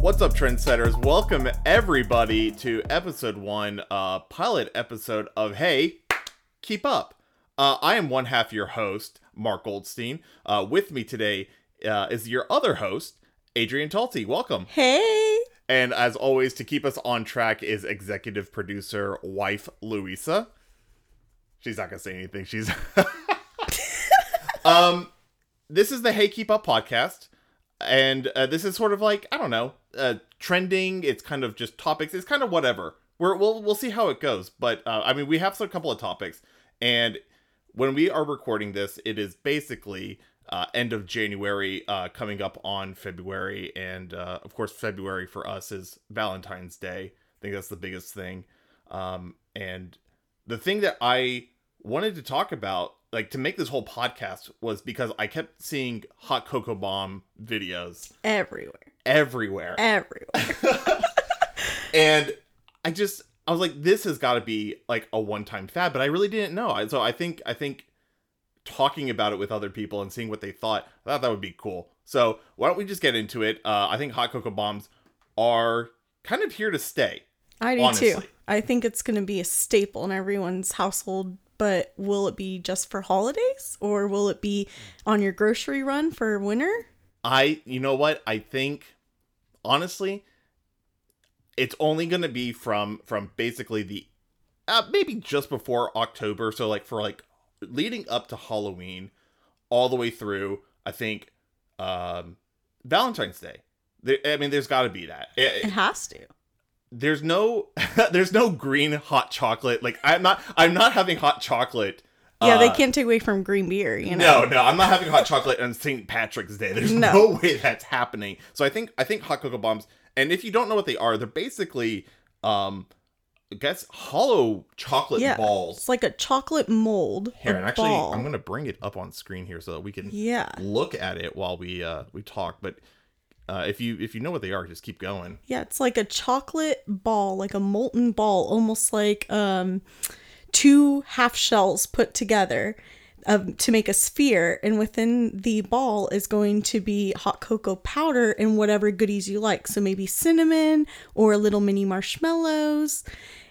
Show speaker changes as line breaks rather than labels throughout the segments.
What's up, trendsetters? Welcome everybody to episode one, uh, pilot episode of Hey, Keep Up. Uh, I am one half your host, Mark Goldstein. Uh, with me today uh, is your other host, Adrian Talty. Welcome.
Hey.
And as always, to keep us on track is executive producer wife Louisa. She's not gonna say anything. She's um, this is the Hey Keep Up podcast, and uh, this is sort of like I don't know, uh, trending. It's kind of just topics. It's kind of whatever. We're, we'll we'll see how it goes. But uh, I mean, we have a couple of topics, and when we are recording this, it is basically uh, end of January, uh, coming up on February, and uh, of course, February for us is Valentine's Day. I think that's the biggest thing. Um, and the thing that I wanted to talk about, like to make this whole podcast, was because I kept seeing hot cocoa bomb videos
Everywhere.
everywhere,
Everywhere.
and I just I was like, this has got to be like a one time fad, but I really didn't know. I- So I think I think talking about it with other people and seeing what they thought, I thought that would be cool. So why don't we just get into it? Uh, I think hot cocoa bombs are kind of here to stay.
I do too.
Honestly.
I think it's going to be a staple in everyone's household, but will it be just for holidays or will it be on your grocery run for winter?
I you know what I think honestly it's only going to be from from basically the uh, maybe just before October so like for like leading up to Halloween all the way through I think um Valentine's Day. There, I mean there's got to be that. It-
It has to.
there's no there's no green hot chocolate. Like I'm not I'm not having hot chocolate.
Yeah, they
uh,
can't take away from green beer, you know.
no, no, I'm not having hot chocolate on St. Patrick's Day. There's no.
No.
way that's happening. So I think I think hot cocoa bombs. And if you don't know what they are, they're basically, um, I guess hollow chocolate
Yeah.
balls.
It's like a chocolate mold.
Here,
a
and actually,
ball.
I'm gonna bring it up on screen here so that we can
Yeah.
look at it while we uh we talk. But uh, if you if you know what they are, just keep going.
Yeah, it's like a chocolate ball, like a molten ball, almost like um, two half shells put together um, to make a sphere. And within the ball is going to be hot cocoa powder and whatever goodies you like. So maybe cinnamon or little mini marshmallows.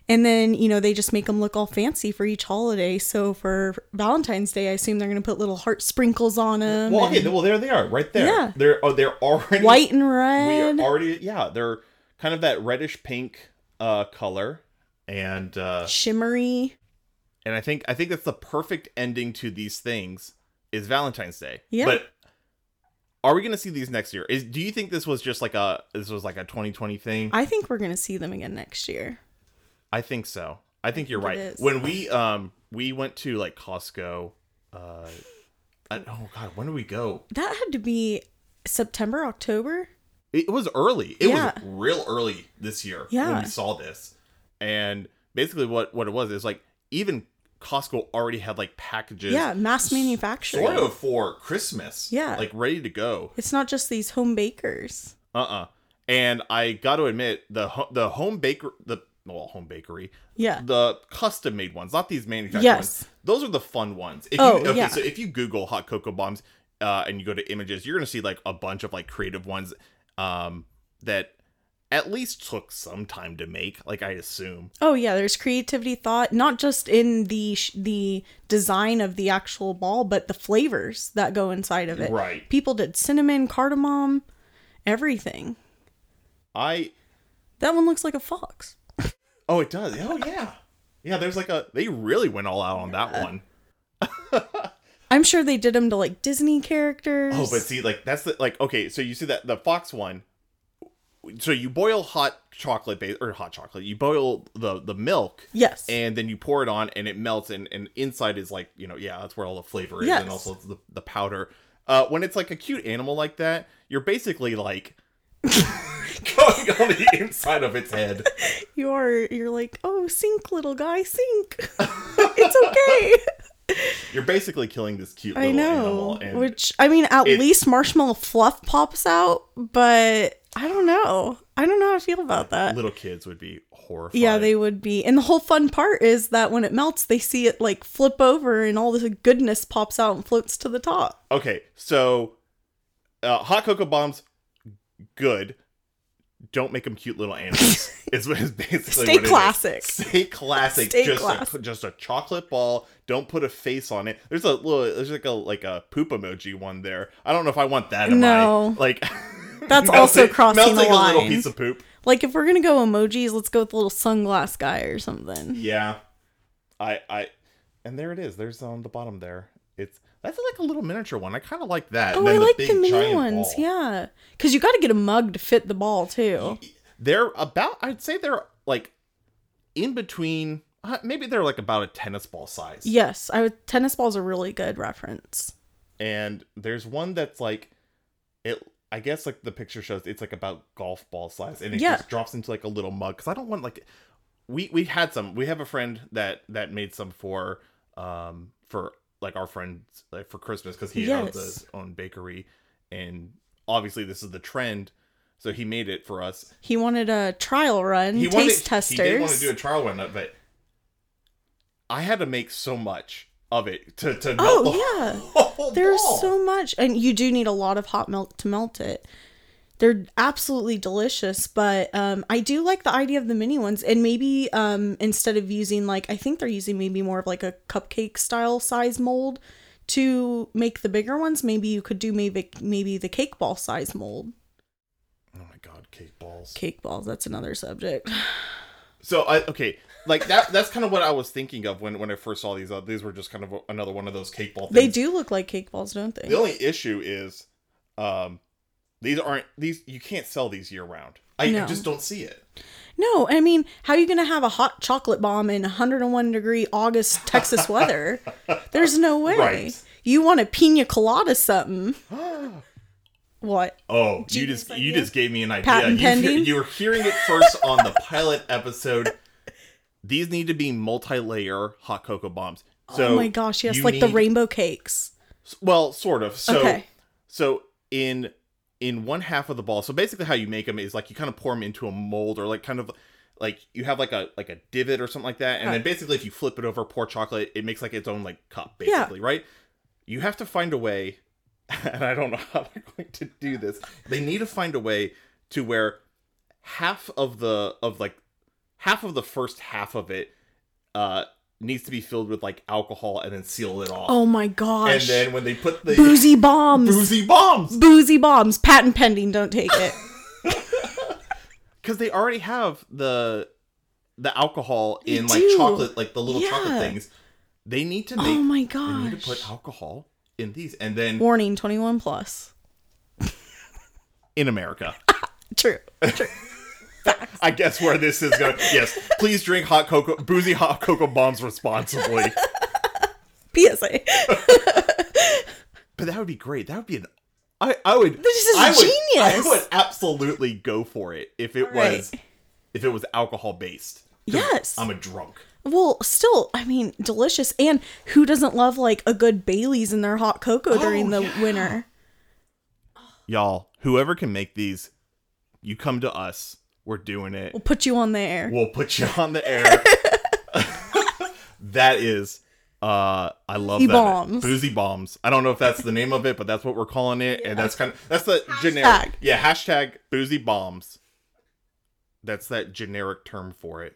And then, you know, they just make them look all fancy for each holiday. So for Valentine's Day, I assume they're going to put little heart sprinkles on them.
Well, okay, well there they are, right there.
Yeah.
They're oh they're already
white and
we are
red.
already yeah they're kind of that reddish pink uh color and uh
shimmery.
and i think i think that's the perfect ending to these things is valentine's day
Yeah.
but are we gonna see these next year is do you think this was just like a this was like a 2020 thing
I think we're going to see them again next year.
i think so i think you're
think it
right
is.
when we um we went to like costco uh I, oh god when did we go
That had to be September, October.
it was early it
Yeah.
was real early this year when
Yeah.
we saw this and basically what what it was is like even costco already had like packages
yeah, mass manufacturing.
sort of for christmas
Yeah.
like ready to go
It's not just these home bakers.
uh-uh and i got to admit the ho- the home baker the well home bakery
Yeah.
the custom made ones not these manufactured
Yes.
ones those are the fun ones if
Oh,
you, okay
yeah.
so if you google hot cocoa bombs uh, and you go to images you're gonna see like a bunch of like creative ones um that at least took some time to make like i assume
Oh yeah, there's creativity thought not just in the sh- the design of the actual ball, but the flavors that go inside of it.
Right.
People did cinnamon, cardamom, everything.
i
That one looks like a fox.
oh it does oh yeah yeah there's like a they really went all out on that one
I'm sure they did them to like Disney characters.
Oh, but see, like that's the like okay. So you see that the fox one. So you boil hot chocolate base or hot chocolate. You boil the the milk,
yes.
and then you pour it on, and it melts, and and inside is like you know yeah that's where all the flavor is, and
Yes.
also the the powder. Uh, when it's like a cute animal like that, you're basically like going on the inside of its head.
you're you're like, "Oh, sink little guy, sink." it's okay.
You're basically killing this cute
I
little
know.
animal. And
Which I mean, at
it-
least marshmallow fluff pops out, but I don't know. I don't know how I feel about that.
little kids would be horrified.
Yeah, they would be. And the whole fun part is that when it melts, they see it like flip over and all this goodness pops out and floats to the top.
Okay, so uh, hot cocoa bombs, good. don't make them cute little animals. is what is basically
Stay
what it is.
classic.
Stay classic.
Stay
just
class-
A, just a chocolate ball. Don't put a face on it. There's a little. There's like a like a poop emoji one there. I don't know if I want that. in
No.
my, like
That's also
melting-
crossing the
melting a
line.
little piece of poop.
Like if we're gonna go emojis, let's go with the little sunglass guy or something.
Yeah, I I, and there it is. There's on the bottom there. It's that's like a little miniature one. I kind of like that.
Oh,
And then
I like the,
big, giant
mini ones,
ball.
yeah. Cause you gotta get a mug to fit the ball too.
they're about i'd say they're like in between uh, maybe they're like about a tennis ball size
Yes, I would tennis ball's a really good reference.
and there's one that's like it i guess like the picture shows it's like about golf ball size and it
Yeah.
just drops into like a little mug because i don't want like we we had some we have a friend that that made some for um for like our friends like for christmas because he owns
Yes.
his own bakery and obviously this is the trend so he made it for us
He wanted a trial run,
he
taste
wanted, He
testers.
did want to do a trial one, but I had to make so much of it to to melt the
oh yeah.
whole
There's
ball.
so much and you do need a lot of hot milk to melt it. They're absolutely delicious, but um, I do like the idea of the mini ones. And maybe um, instead of using like, I think they're using maybe more of like a cupcake style size mold to make the bigger ones. Maybe you could do maybe maybe the cake ball size mold.
Oh my god, cake balls.
Cake balls, that's another subject.
So I okay, like that. That's kind of what I was thinking of when when I first saw these. Uh, these were just kind of another one of those cake ball. Things.
They do look like cake balls, don't they?
The only issue is, um, these aren't these. You can't sell these year round. I
No.
just don't see it.
No, I mean, how are you going to have a hot chocolate bomb in 101 degree August Texas weather? There's no way.
Right.
You want a pina colada something. what?
Oh, you
Genius
just you
idea.
just gave me an idea.
Patent
you,
pending.
You were hearing it first on the pilot episode. These need to be multi-layer hot cocoa bombs. So
oh my gosh, yes,
you
like the
need-
rainbow cakes.
Well, sort of. So
Okay.
so in in one half of the ball. So basically, how you make them is like you kind of pour them into a mold or like kind of like you have like a like a divot or something like that, and then
Right.
basically if you flip it over, pour chocolate, it makes like its own like cup, basically, right? You have to find a way, and I don't know how they're going to do this. They need to find a way to where half of the of like half of the first half of it uh needs to be filled with like alcohol and then seal it off.
Oh my
and
gosh.
then when they put the
Boozy bombs.
boozy bombs
Boozy bombs. Patent pending. Don't take it.
because they already have the the alcohol
They
in like
do.
chocolate like the little chocolate
Yeah.
things they need to make
oh my
they
gosh.
need to put alcohol in these and then
Warning 21 plus.
in america
True.
i guess where this is going yes please drink hot cocoa boozy hot cocoa bombs responsibly
PSA.
but that would be great that would be an i i would
This is
I would,
genius.
i would absolutely go for it if it
All right.
was if it was alcohol based
Yes.
i'm a drunk
Well, still, I mean, delicious. And who doesn't love like a good Bailey's in their hot cocoa during the
Oh, yeah.
winter?
y'all whoever can make these you come to us we're doing it
We'll put you on the air.
we'll put you on the air that is uh i love
Boozy
that
bombs.
boozy bombs i don't know if that's the name of it but that's what we're calling it and that's kind of that's the
Hashtag.
generic yeah hashtag boozy bombs that's that generic term for it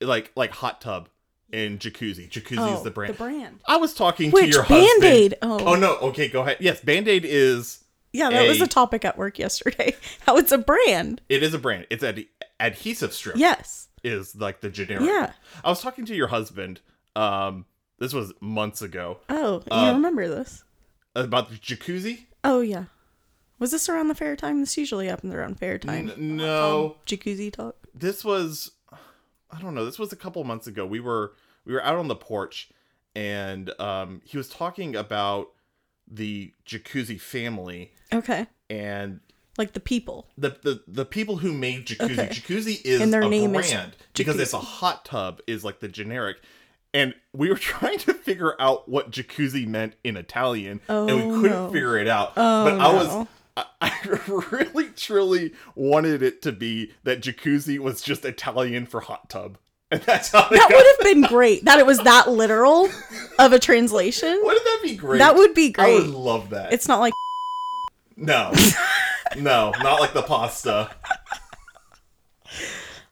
like like hot tub and jacuzzi jacuzzi
Oh,
is the brand i was talking to
Which
your husband
Band-Aid? Oh.
oh no okay go ahead yes band-aid is
Yeah, that was
A.
a topic at work yesterday. How it's a brand.
It is a brand. It's ad- adhesive strip.
Yes.
is like the generic.
Yeah.
I was talking to your husband. Um, this was months ago
Oh, you
Uh,
remember this?
about the jacuzzi.
Oh yeah. Was this around the fair time? This usually happens around fair time.
N- no,
Jacuzzi talk.
this was. I don't know. This was a couple months ago. We were we were out on the porch, and um, he was talking about the jacuzzi family
Okay.
and
Like the people.
the the, the people who made jacuzzi
Okay.
jacuzzi is
And their
a
name is
brand because it's a hot tub is like the generic and we were trying to figure out what jacuzzi meant in italian and we
Oh,
couldn't
no.
figure it out
Oh,
but i was
no.
I, I really truly wanted it to be that jacuzzi was just italian for hot tub and that's how they
That
got,
would have been great. That it was that literal of a translation.
wouldn't that be great
That would be
i
great.
would love that
It's not like
no No, not like the pasta.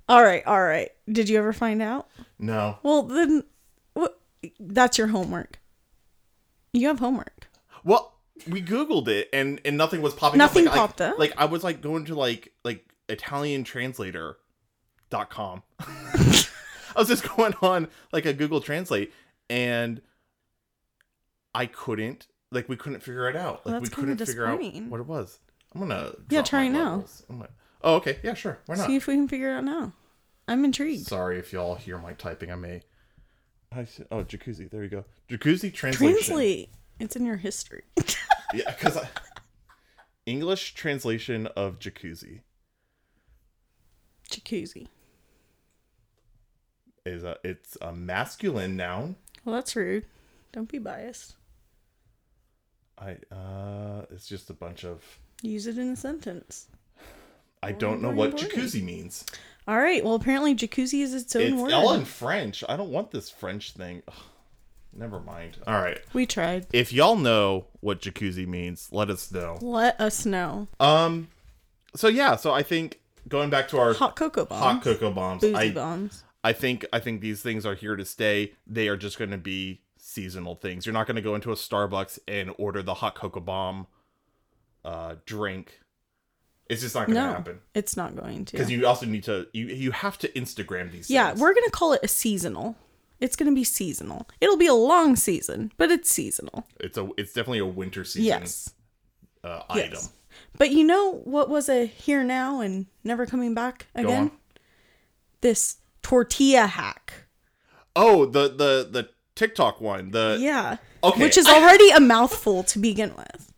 All right, all right. Did you ever find out?
No.
Well, then wh- that's your homework. You have homework.
Well, we googled it and and nothing was popping
Nothing
up. Like, I-
popped up?
Like I was like going to like like italiantranslator.com. I was just going on like a Google Translate and I couldn't like we couldn't figure it out. Like
Well,
we
that's kinda
couldn't figure out
disappointing.
what it was. I'm gonna
Yeah,
drop
try
my
now.
levels. I'm gonna- oh okay, yeah, sure. Why not?
See if we can figure it out now. I'm intrigued.
Sorry if y'all hear my typing. I may. I s- oh jacuzzi. There you go. Jacuzzi translation.
Translate. It's in your history.
Yeah, because I... English translation of jacuzzi
Jacuzzi.
is a it's a masculine noun.
Well, that's rude. Don't be biased.
I uh, it's just a bunch of
Use it in a sentence.
I don't know
very
what
important.
jacuzzi means.
All right. Well, apparently jacuzzi is its own
It's
word.
all in French. I don't want this French thing. Ugh, never mind. All right.
We tried.
If y'all know what jacuzzi means, let us know.
Let us know.
Um, so yeah, so I think going back to our hot,
Hot cocoa bombs.
cocoa bombs,
boozy
I
bombs.
I think I think these things are here to stay. They are just going to be seasonal things. You're not going to go into a Starbucks and order the hot cocoa bomb uh, drink. It's just not going to
No,
happen
it's not going to.
because you also need to you you have to Instagram these.
Yeah,
things.
we're gonna call it a seasonal. It's gonna be seasonal. It'll be a long season, but it's seasonal.
it's a it's definitely a winter season
Yes.
uh,
Yes.
item.
But you know what was a here now and never coming back
Go
again?
on.
This tortilla hack.
Oh, the the the TikTok one. The
Yeah.
Okay,
Which is
I-
already a mouthful to begin with.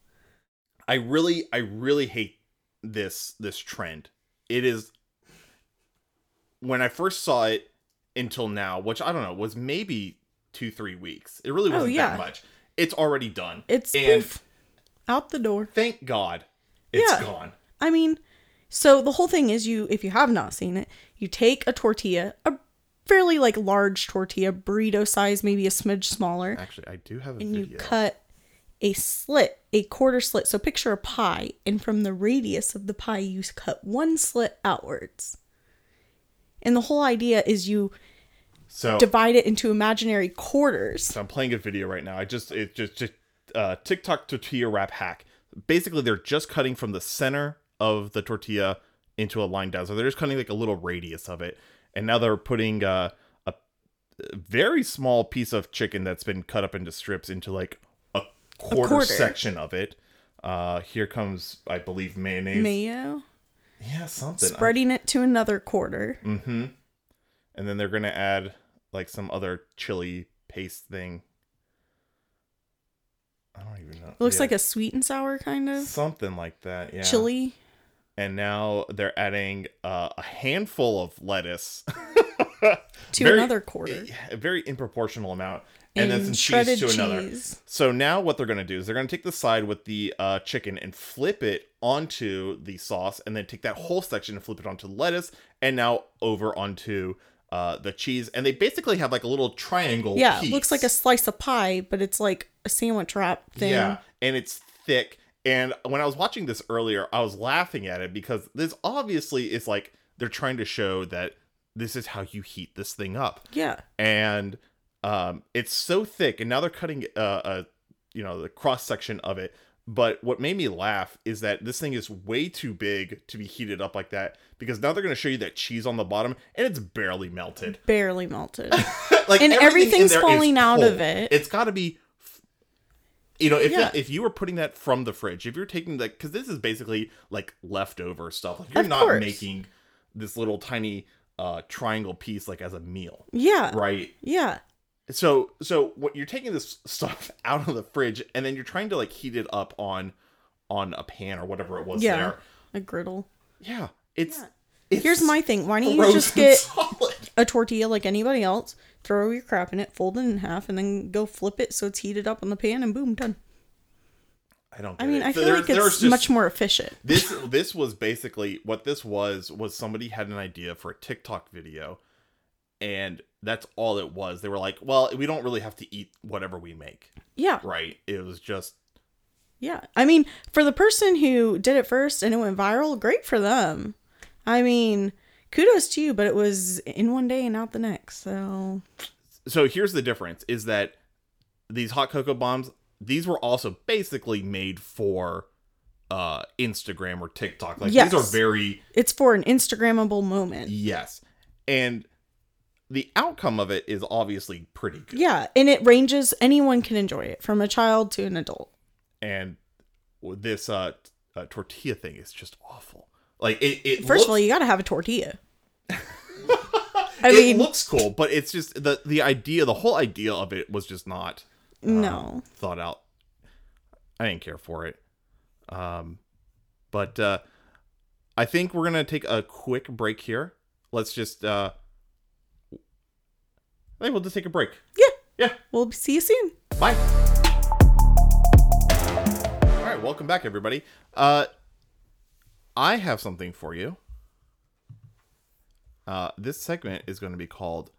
I really I really hate this this trend. It is when I first saw it until now, which I don't know, was maybe two, three weeks. It really
Oh,
wasn't
yeah.
that much. It's already done.
It's
and
poof, out the door.
thank God it's
Yeah.
gone.
I mean, so the whole thing is you if you have not seen it, you take a tortilla, a fairly like large tortilla, burrito size, maybe a smidge smaller.
Actually, I do have a
and you
video.
cut a slit, a quarter slit. So picture a pie, and from the radius of the pie, you cut one slit outwards. And the whole idea is you
so,
divide it into imaginary quarters.
so I'm playing a video right now. I just it just just uh TikTok tortilla wrap hack. Basically they're just cutting from the center of the tortilla into a line down. So they're just cutting like a little radius of it. And now they're putting uh a very small piece of chicken that's been cut up into strips into like a quarter,
quarter.
section of it. Uh, here comes, I believe, mayonnaise.
Mayo,
yeah, something. I-
spreading it to another quarter.
Mm-hmm. and then they're gonna add like some other chili paste thing. I don't even know.
It looks like a sweet and sour kind of
something like that. Yeah,
chili.
And now they're adding uh, a handful of lettuce
To another quarter.
yeah, a very improportional amount, e- and,
And
then some
shredded
cheese to another.
cheese.
So now what they're gonna do is they're gonna take the side with the uh, chicken and flip it onto the sauce, and then take that whole section and flip it onto lettuce, and now over onto uh, the cheese, and they basically have like a little triangle.
Yeah,
piece.
it looks like a slice of pie, but it's like a sandwich wrap thing.
Yeah, and it's thick. And when I was watching this earlier, I was laughing at it because this obviously is like they're trying to show that this is how you heat this thing up,
Yeah.
and um, it's so thick. And now they're cutting uh, a, you know, the cross section of it. But what made me laugh is that this thing is way too big to be heated up like that because now they're going to show you that cheese on the bottom and it's barely melted
Barely melted.
like everything in
And everything's
there is
falling out of
cold.
it.
It's got to be, f- you know, if
Yeah.
that, if you were putting that from the fridge, if you're taking that because this is basically like leftover stuff. Like you're
Of
not
course.
making this little tiny uh triangle piece like as a meal,
yeah.
right?
Yeah.
So so what you're taking this stuff out of the fridge and then you're trying to like heat it up on on a pan or whatever it was
Yeah.
there.
A griddle.
Yeah, it's it's
Here's my thing. Why don't you
frozen
just get
solid.
a tortilla like anybody else, throw your crap in it, fold it in half, and then go flip it so it's heated up on the pan and boom, done.
I don't.
I
get
mean,
it.
I
So
feel
there-
like
there's
it's
just-
much more efficient.
this this was basically what this was was somebody had an idea for a TikTok video and that's all it was. They were like, "Well, we don't really have to eat whatever we make."
Yeah.
Right? It was just
Yeah. I mean, for the person who did it first and it went viral, great for them. I mean, kudos to you, but it was in one day and out the next. So,
So here's the difference is that these hot cocoa bombs, these were also basically made for uh Instagram or TikTok. Like
Yes.
these are very
it's for an Instagrammable moment.
yes. And the outcome of it is obviously pretty good.
Yeah. And it ranges, anyone can enjoy it from a child to an adult.
And this uh, t- uh tortilla thing is just awful. Like it, it
First
looks,
of all, you got to have a tortilla. I
it
mean,
looks cool, but it's just the the idea, the whole idea of it was just not
no.
thought out. I didn't care for it. Um, but uh, I think we're gonna take a quick break here. Let's just. Uh, I think we'll just take a break.
Yeah.
Yeah.
We'll see you soon.
Bye. All right, welcome back, everybody. Uh, I have something for you. Uh, this segment is going to be called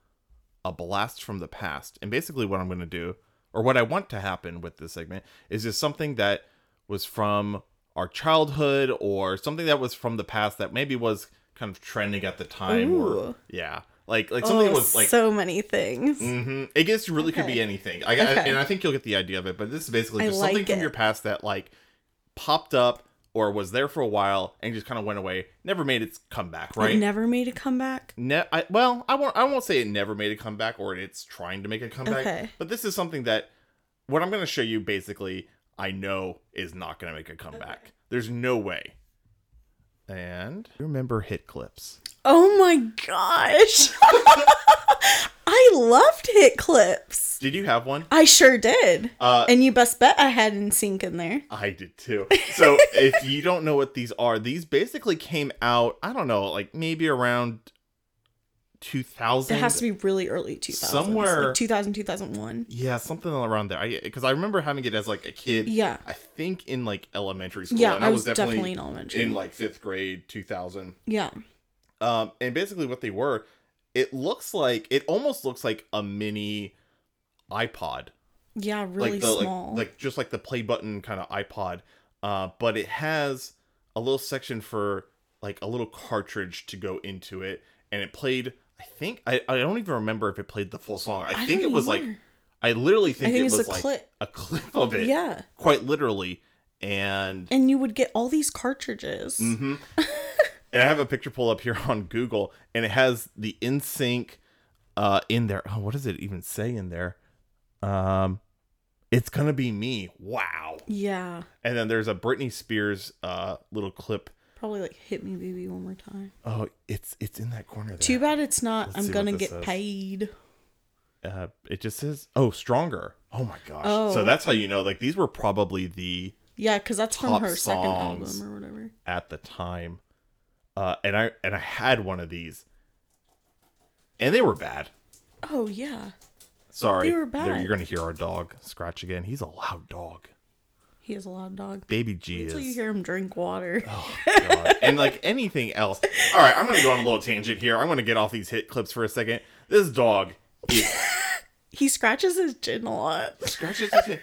"A Blast from the Past," and basically, what I'm going to do, or what I want to happen with this segment, is just something that was from our childhood, or something that was from the past that maybe was kind of trending at the time, or
Ooh.
yeah, like like something
Oh,
that was like
so many things.
hmm It gets really could be
Okay.
anything. I, I-
Okay.
and I think you'll get the idea of it. But this is basically
I
just something
like
from
it.
your past that like popped up or was there for a while and just kind of went away, never made its comeback,
It
right?
never made a comeback.
ne- I, well, I won't. I won't say it never made a comeback or it's trying to make a comeback.
Okay.
But this is something that what I'm going to show you basically I know is not going to make a comeback. There's no way. And you remember hit clips?
Oh my gosh. I loved hit clips.
Did you have one?
I sure did.
Uh,
and you best bet I had in sync in there.
I did too. So if you don't know what these are, these basically came out, I don't know, like maybe around 2000.
It has to be really early 2000s.
Somewhere-
Like 2000, 2001.
Yeah, something around there. I Because I remember having it as like a kid.
Yeah.
I think in like elementary school.
yeah,
and
I was definitely, in elementary.
in like fifth grade, 2000.
yeah.
Um, and basically what they were, it looks like, it almost looks like a mini iPod.
Yeah, really
like the
small.
Like, like just like the play button kind of iPod, uh, but it has a little section for like a little cartridge to go into it, and it played. I think I, I don't even remember if it played the full song. I,
I
think
don't
it was like
either.
I literally think,
I think
it
it's
was
a
like
clip.
a clip of it,
Yeah.
quite literally. And
And you would get all these cartridges.
Mhm. and I have a picture pull up here on Google, and it has the InSync uh, in there. Oh, what does it even say in there? Um, it's gonna be me. Wow.
Yeah.
And then there's a Britney Spears uh, little clip.
Probably like hit me baby one more time.
Oh, it's it's in that corner there.
Too bad it's not
Let's see
I'm
what
gonna
this
get
says.
paid.
Uh, it just says, "Oh, stronger." Oh my gosh.
Oh.
So that's how you know. Like these were probably the
Yeah, because that's from
Top
her second
songs.
album or whatever.
at the time. Uh, and I and I had one of these, and they were bad.
Oh yeah.
Sorry.
They were
There,
bad.
you're gonna hear our dog scratch again. He's a loud dog.
He is a loud dog.
Baby G
Until you
is. Oh.
hear him drink water.
God. and like anything else. All right, I'm gonna go on a little tangent here. I'm gonna get off these hit clips for a second. This dog
He scratches his chin a lot.
scratches his head.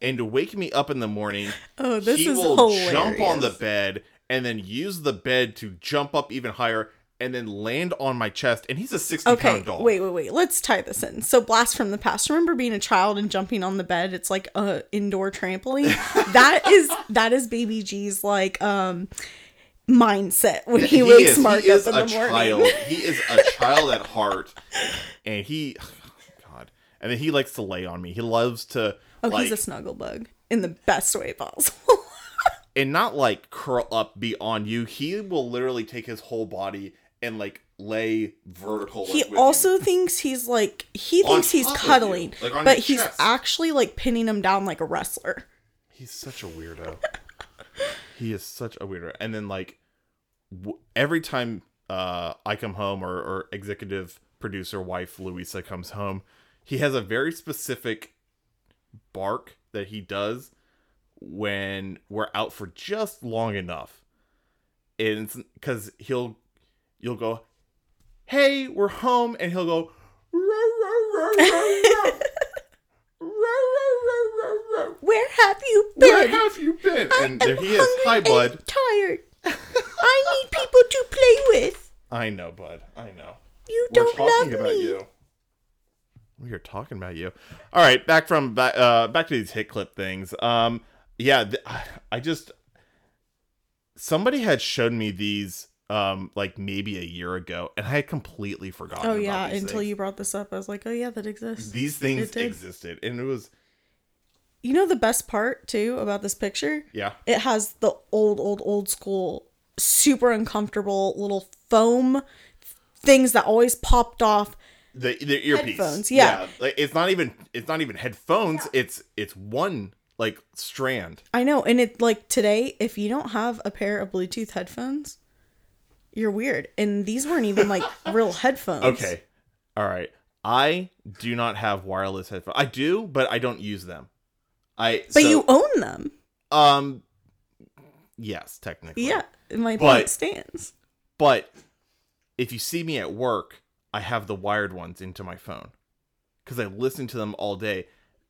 And to wake me up in the morning,
Oh, this
he
is
will
hilarious.
jump on the bed and then use the bed to jump up even higher and then land on my chest. And he's a 60 pound
Okay,
dog.
wait, wait, wait. Let's tie this in. So, blast from the past. Remember being a child and jumping on the bed? It's like a indoor trampoline. that is that is Baby G's like um mindset when he, wakes Mark up in the morning.
child. He is a child at heart, and he, God, and then he likes to lay on me. He loves to,
Oh,
like,
he's a snuggle bug in the best way possible.
and not like curl up beyond you. He will literally take his whole body and like lay vertical.
he
like, with
also
you.
thinks he's like he
On
thinks he's
top of you,
cuddling,
like on
but
your
he's
chest.
actually like pinning him down like a wrestler.
he's such a weirdo. he is such a weirdo. And then like w- every time uh I come home or, or executive producer wife Louisa comes home, he has a very specific bark that he does when we're out for just long enough. And because he'll you'll go, hey, we're home, and he'll go, "Row, row, row, row, row." Row, row, row, row,
Where have you been?
Where have you been? And there he is. Hi, bud.
tired. I need people to play with.
I know, bud. I know.
You
We're talking about you.
We are talking about you. All right, back from back uh back to these hit clip things. Um yeah, th- I- I just somebody had shown me these um like maybe a year ago and I had completely forgotten
Oh
about
yeah,
these
until
things.
you brought this up, I was like, oh yeah, that exists.
these things
It did.
existed and it was
you know the best part too about this picture?
yeah.
It has the old, old, old school, super uncomfortable little foam things that always popped off.
The the earpiece.
Headphones, yeah.
Like it's not even it's not even headphones. It's it's one like strand.
I know, and it like today, if you don't have a pair of Bluetooth headphones, you're weird. And these weren't even like real headphones.
Okay. All right. I do not have wireless headphones. I do, but I don't use them. I
But
so-
you own them.
Um, yes, technically.
Yeah. My
But-
point stands.
But if you see me at work, I have the wired ones into my phone because I listen to them all day,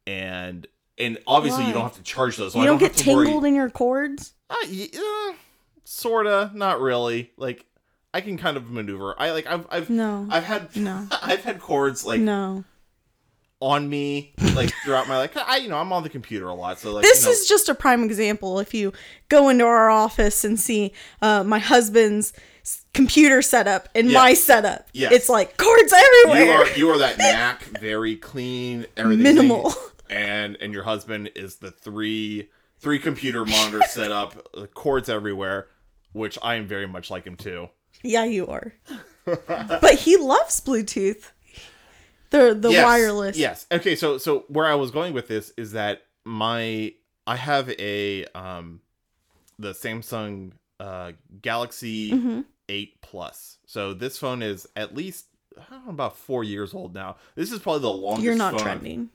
and and obviously
Why?
you don't have to charge those. So
you
I
don't,
don't,
get
have to worry.
tangled in your cords.
Uh, yeah, sorta, not really. Like I can kind of maneuver. I like I've I've
No.
I've had
No.
I've had cords like
no.
on me like throughout my like I you know I'm on the computer a lot so like
This
you know,
is just a prime example. If you go into our office and see uh, my husband's s- computer setup and
Yeah.
my setup,
Yes.
it's like cords
you
everywhere.
are you are that knack, very clean, everything
Minimal.
and and your husband is the three three computer monitors set up, uh, cords everywhere, which I am very much like him too.
yeah, you are. but he loves Bluetooth. The the
Yes,
wireless.
Yes. Okay. So so where I was going with this is that my I have a um the Samsung uh Galaxy
Mm-hmm.
Eight Plus. So this phone is at least. I don't know, about four years old now. This is probably the longest.
You're not
phone I've
trending.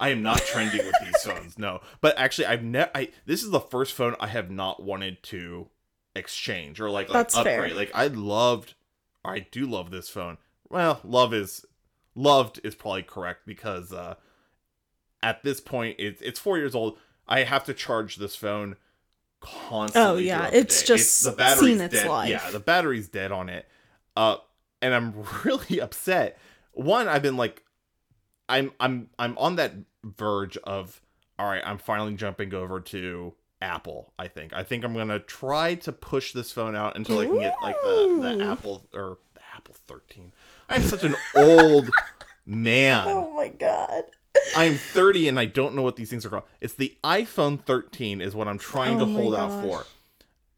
I am not trending with these phones. No, but actually, I've never. I this is the first phone I have not wanted to exchange or like, like
That's fair.
upgrade. Like I loved, or I do love this phone. Well, love is loved is probably correct because uh at this point it's it's four years old. I have to charge this phone constantly.
Oh, yeah.
throughout the
It's
day.
just
battery's
seen its
dead.
life.
Yeah, the battery's dead on it. Uh, and I'm really upset. One, I've been like I'm I'm I'm on that verge of all right, I'm finally jumping over to Apple, I think. I think I'm gonna try to push this phone out until I can get like the,
Ooh.
the Apple or the Apple thirteen. I'm such an old man.
Oh my god.
I'm 30 and I don't know what these things are called. It's the iPhone 13 is what I'm trying to
Oh my
hold out
gosh.
for.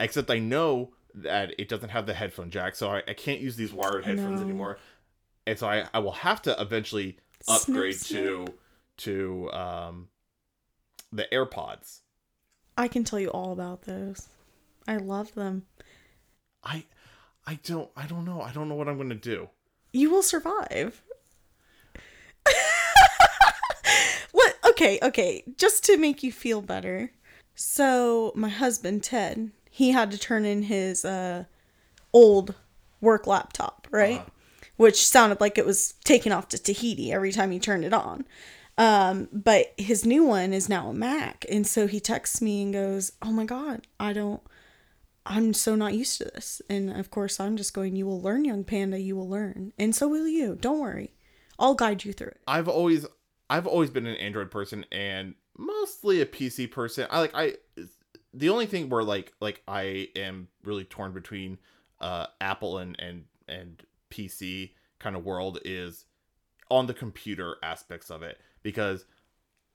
Except I know that it doesn't have the headphone jack, so I, I can't use these wired headphones
No.
anymore. And so I, I will have to eventually upgrade
Snip, snip.
to to um the AirPods.
I can tell you all about those. I love them.
I I don't I don't know. I don't know what I'm gonna do.
You will survive. what? Okay, okay. Just to make you feel better. So, my husband, Ted, he had to turn in his uh, old work laptop, right? Which sounded like it was taken off to Tahiti every time he turned it on. Um, but his new one is now a Mac. And so he texts me and goes, Oh my God, I don't I'm so not used to this. And of course, I'm just going, You will learn, young panda, you will learn. And so will you. Don't worry. I'll guide you through it.
I've always I've always been an Android person and mostly a PC person. I like I the only thing where like like I am really torn between uh Apple and and and PC kind of world is on the computer aspects of it because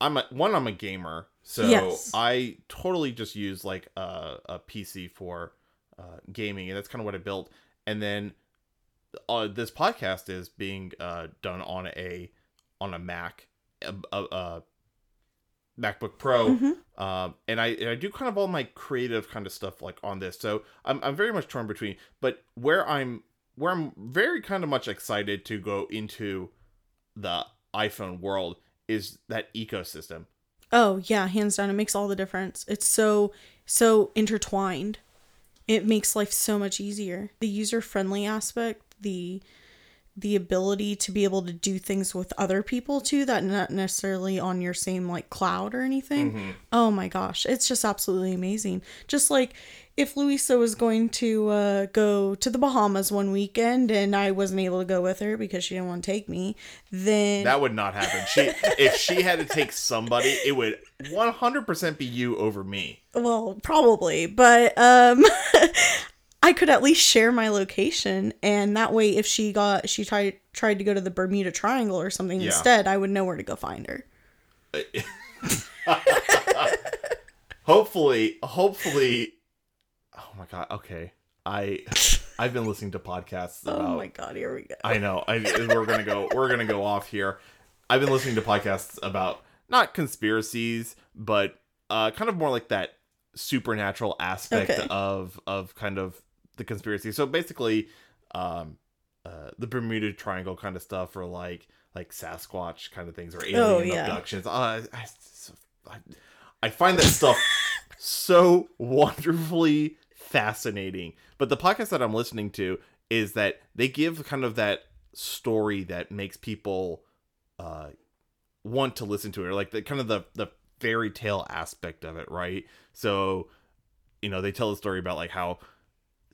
I'm a, one I'm a gamer so
Yes.
I totally just use like a, a PC for uh, gaming and that's kind of what I built and then uh, this podcast is being uh, done on a on a Mac a, a, a MacBook Pro
Mhm.
um, and I and I do kind of all my creative kind of stuff like on this. So I'm I'm very much torn between, but where I'm where I'm very kind of much excited to go into the iPhone world is that ecosystem.
Oh, yeah, hands down. It makes all the difference. It's so, so intertwined. It makes life so much easier. The user friendly aspect, the the ability to be able to do things with other people too that not necessarily on your same like cloud or anything. Oh my gosh, it's just absolutely amazing. Just like if Luisa was going to uh, go to the Bahamas one weekend and I wasn't able to go with her because she didn't want to take me, then
That would not happen. She if she had to take somebody, it would 100% be you over me.
well, probably, but um I could at least share my location and that way if she got she tried tried to go to the Bermuda Triangle or something
Yeah.
instead, I would know where to go find her.
Hopefully, hopefully Oh my god. Okay. I I've been listening to podcasts
Oh
about
my god, here we go.
I know. I, we're gonna go. We're gonna go off here. I've been listening to podcasts about not conspiracies, but uh, kind of more like that supernatural aspect
Okay.
of of kind of the conspiracy. So basically, um, uh, the Bermuda Triangle kind of stuff, or like like Sasquatch kind of things, or alien
Oh, yeah.
abductions. Uh, I, I, I find that stuff so wonderfully fascinating. But the podcast that I'm listening to is that they give kind of that story that makes people uh, want to listen to it, or like the kind of the the fairy tale aspect of it, right? So, you know, they tell a story about like how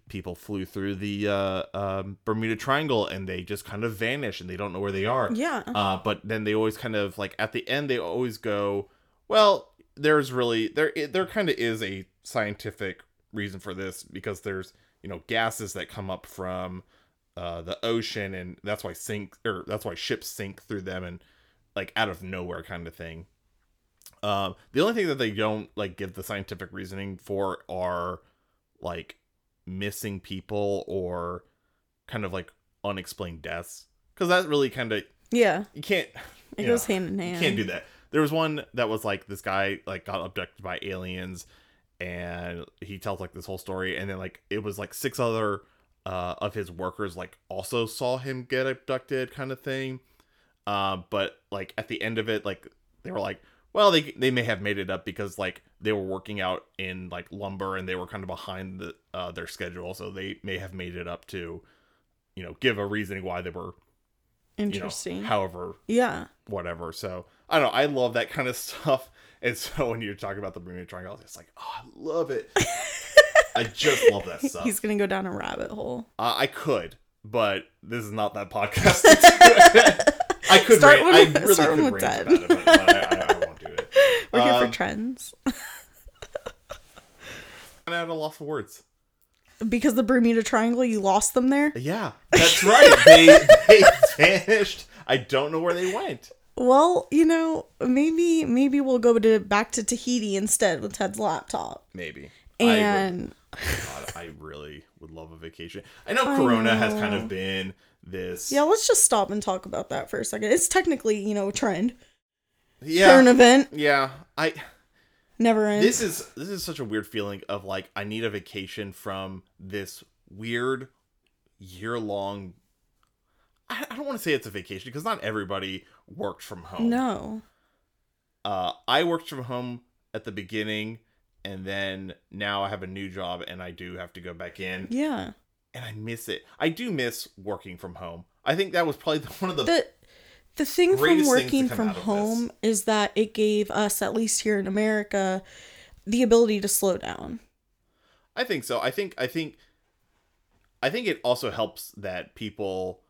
people flew through the uh, um, Bermuda Triangle and they just kind of vanish and they don't know where they are.
Yeah.
Uh, but then they always kind of like at the end they always go, well, there's really there i- there kind of is a scientific reason for this because there's you know gases that come up from uh, the ocean and that's why sink or that's why ships sink through them and like out of nowhere kind of thing. Um, the only thing that they don't like give the scientific reasoning for are like missing people or kind of like unexplained deaths because that really kind of
yeah.
you can't
It
you
goes
know,
hand in hand.
you can't do that there was one that was like this guy like got abducted by aliens and he tells like this whole story and then like it was like six other uh of his workers like also saw him get abducted kind of thing uh, but like at the end of it like they were like well they they may have made it up because like they were working out in like lumber and they were kind of behind the uh, their schedule so they may have made it up to you know give a reasoning why they were you know
Interesting.
however
yeah.
whatever. So I don't know. I love that kind of stuff. And so when you're talking about the Bermuda Triangle, it's like, oh, I love it. I just love that stuff.
He's gonna go down a rabbit hole.
Uh, I could, but this is not that podcast. to do it. I could.
Start
rant.
one with-
I really
start
could
one with
rant
Ted.
about it, but I, I, I won't do it.
We're here
Um,
for trends.
I'm at a loss of words.
because the Bermuda Triangle, you lost them there.
Yeah, that's right. They they vanished. I don't know where they went.
Well, you know, maybe maybe we'll go to back to Tahiti instead with Ted's laptop.
Maybe. I would-
And
God, I really would love a vacation. I know Corona has kind
know.
of been this.
yeah, let's just stop and talk about that for a second. It's technically, you know, a trend.
yeah.
Current event
Yeah, I
never ends.
this is this is such a weird feeling of like I need a vacation from this weird year long. I, I don't want to say it's a vacation because not everybody worked from home.
no.
uh, I worked from home at the beginning, and then now I have a new job and I do have to go back in,
Yeah.
and I miss it. I do miss working from home. I think that was probably the, one of the,
The the thing from
Greatest things to
working
come
from
out of
home is that it gave us, at least here in America, the ability to slow down.
I think so. I think I think I think it also helps that people,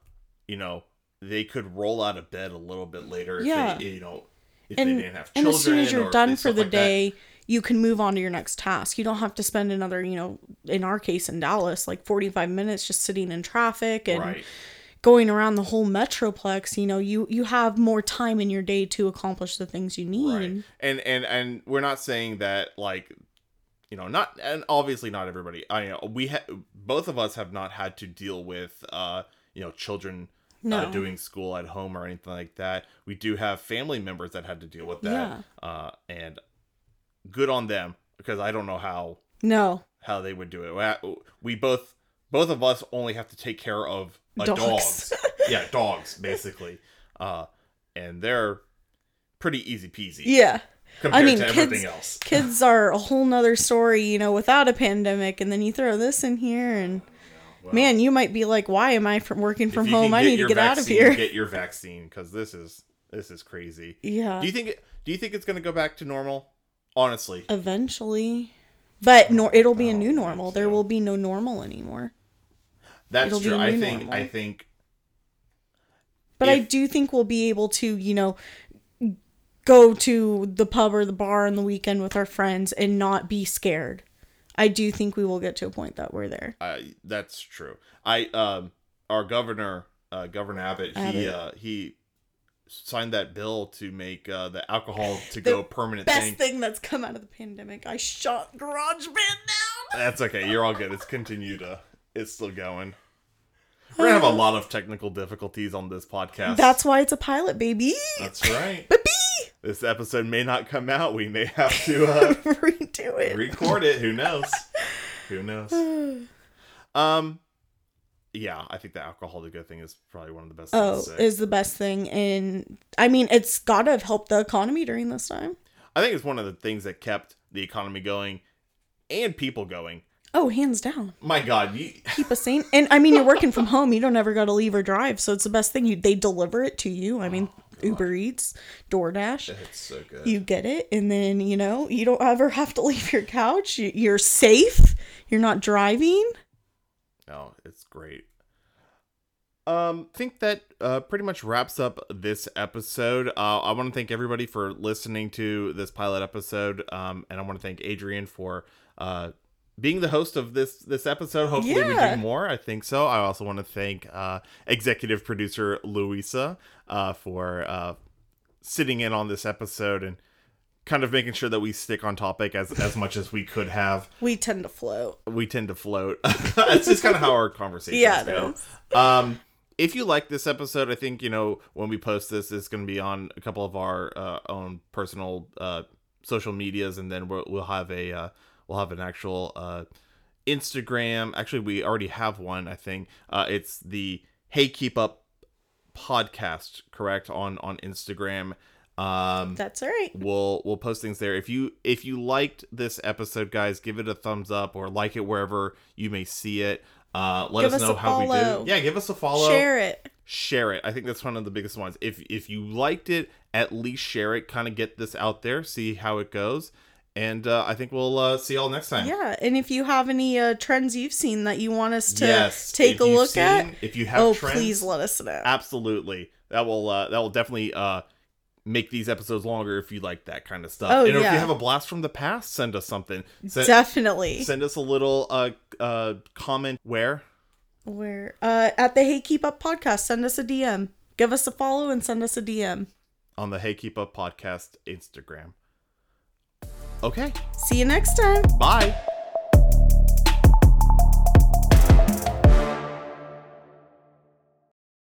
you know, they could roll out of bed a little bit later
Yeah.
if they you know if
and,
they didn't have
and
children.
as soon as
or
you're
if
done
they-
for
stuff
the
like that.
day you can move on to your next task you don't have to spend another you know in our case in dallas like 45 minutes just sitting in traffic and
Right.
going around the whole metroplex you know you you have more time in your day to accomplish the things you need
Right. And and and we're not saying that like you know, not and obviously not everybody. I know we ha- both of us have not had to deal with uh, you know, children
no
uh, doing school at home or anything like that. We do have family members that had to deal with that, uh, and good on them because I don't know how
no
how they would do it. We- We both both of us only have to take care of a
Dogs.
dogs. yeah, dogs basically, uh, and they're pretty easy peasy
yeah
compared
mean,
to
kids-
everything else.
kids are a whole nother story you know without a pandemic and then you throw this in here and man, you might be like, why am I from working from
If you can
home? I need to
your
get out of
vaccine,
here.
Get your vaccine because this is this is crazy.
yeah.
Do you think it, do you think it's gonna go back to normal? Honestly,
Eventually. But nor- it'll be a
Oh,
new normal. There
yeah.
will be no normal anymore.
that's
It'll be
true. I
new
think I
normal.
think
But I
If-
do think we'll be able to, you know, go to the pub or the bar on the weekend with our friends and not be scared. I do think we will get to a point that we're there.
uh, that's true. I um our governor uh Governor Abbott, he
Abbott.
uh he signed that bill to make uh the alcohol to go permanent
Best
thing.
thing that's come out of the pandemic. I shot GarageBand down.
That's okay. You're all good. It's continued. Uh, it's still going. We're gonna have a lot of technical difficulties on this podcast.
Um, That's why it's a pilot, baby.
that's right.
Baby!
this episode may not come out. We may have to uh,
Redo it.
record it. Who knows? Who knows? Um, yeah, I think the alcohol to go thing is probably one of the best.
oh,
things to say.
is the best thing. And I mean, it's got to have helped the economy during this time.
I think it's one of the things that kept the economy going and people going.
Oh, hands down.
My God, you,
Keep us sane. And I mean, you're working from home. You don't ever got to leave or drive. So it's the best thing. You They deliver it to you. I
Oh,
mean, Uber Eats, DoorDash.
it's so good.
You get it. And then, you know, you don't ever have to leave your couch. You- You're safe. You're not driving.
No, it's great. Um, think that uh, pretty much wraps up this episode. Uh, I want to thank everybody for listening to this pilot episode, um, and I want to thank Adrian for uh, being the host of this this episode. Hopefully, we
Yeah.
do more. I think so. I also want to thank uh, executive producer Louisa uh, for uh, sitting in on this episode and kind of making sure that we stick on topic as as much as we could have
We tend to float.
we tend to float. That's just kind of how our conversations
Yeah, it
go. Um, if you like this episode, I think you know when we post this, it's going to be on a couple of our uh, own personal uh, social medias, and then we'll, we'll have a uh, we'll have an actual uh, Instagram. Actually, we already have one. I think uh, it's the Hey Keep Up podcast, correct on on Instagram. Um,
That's all right.
we'll we'll post things there if you if you liked this episode guys give it a thumbs up or like it wherever you may see it uh let
Give
us
us
know
a
how
follow.
we do yeah give us a follow
Share it.
share it i think that's one of the biggest ones if if you liked it at least share it kind of get this out there see how it goes and uh, i think we'll uh, see y'all next time
Yeah, and if you have any uh, trends you've seen that you want us to
yes
take
if
a
you've
look at,
seen- if you have
oh
trends
please let us know.
absolutely that will uh that will definitely uh make these episodes longer if you like that kind of stuff
Oh,
and if
yeah.
you have a blast from the past send us something send,
Definitely.
send us a little uh uh comment where
Where uh, at the Hey Keep Up podcast, send us a DM. Give us a follow and send us a DM.
on the hey keep up podcast instagram okay
See you next time.
bye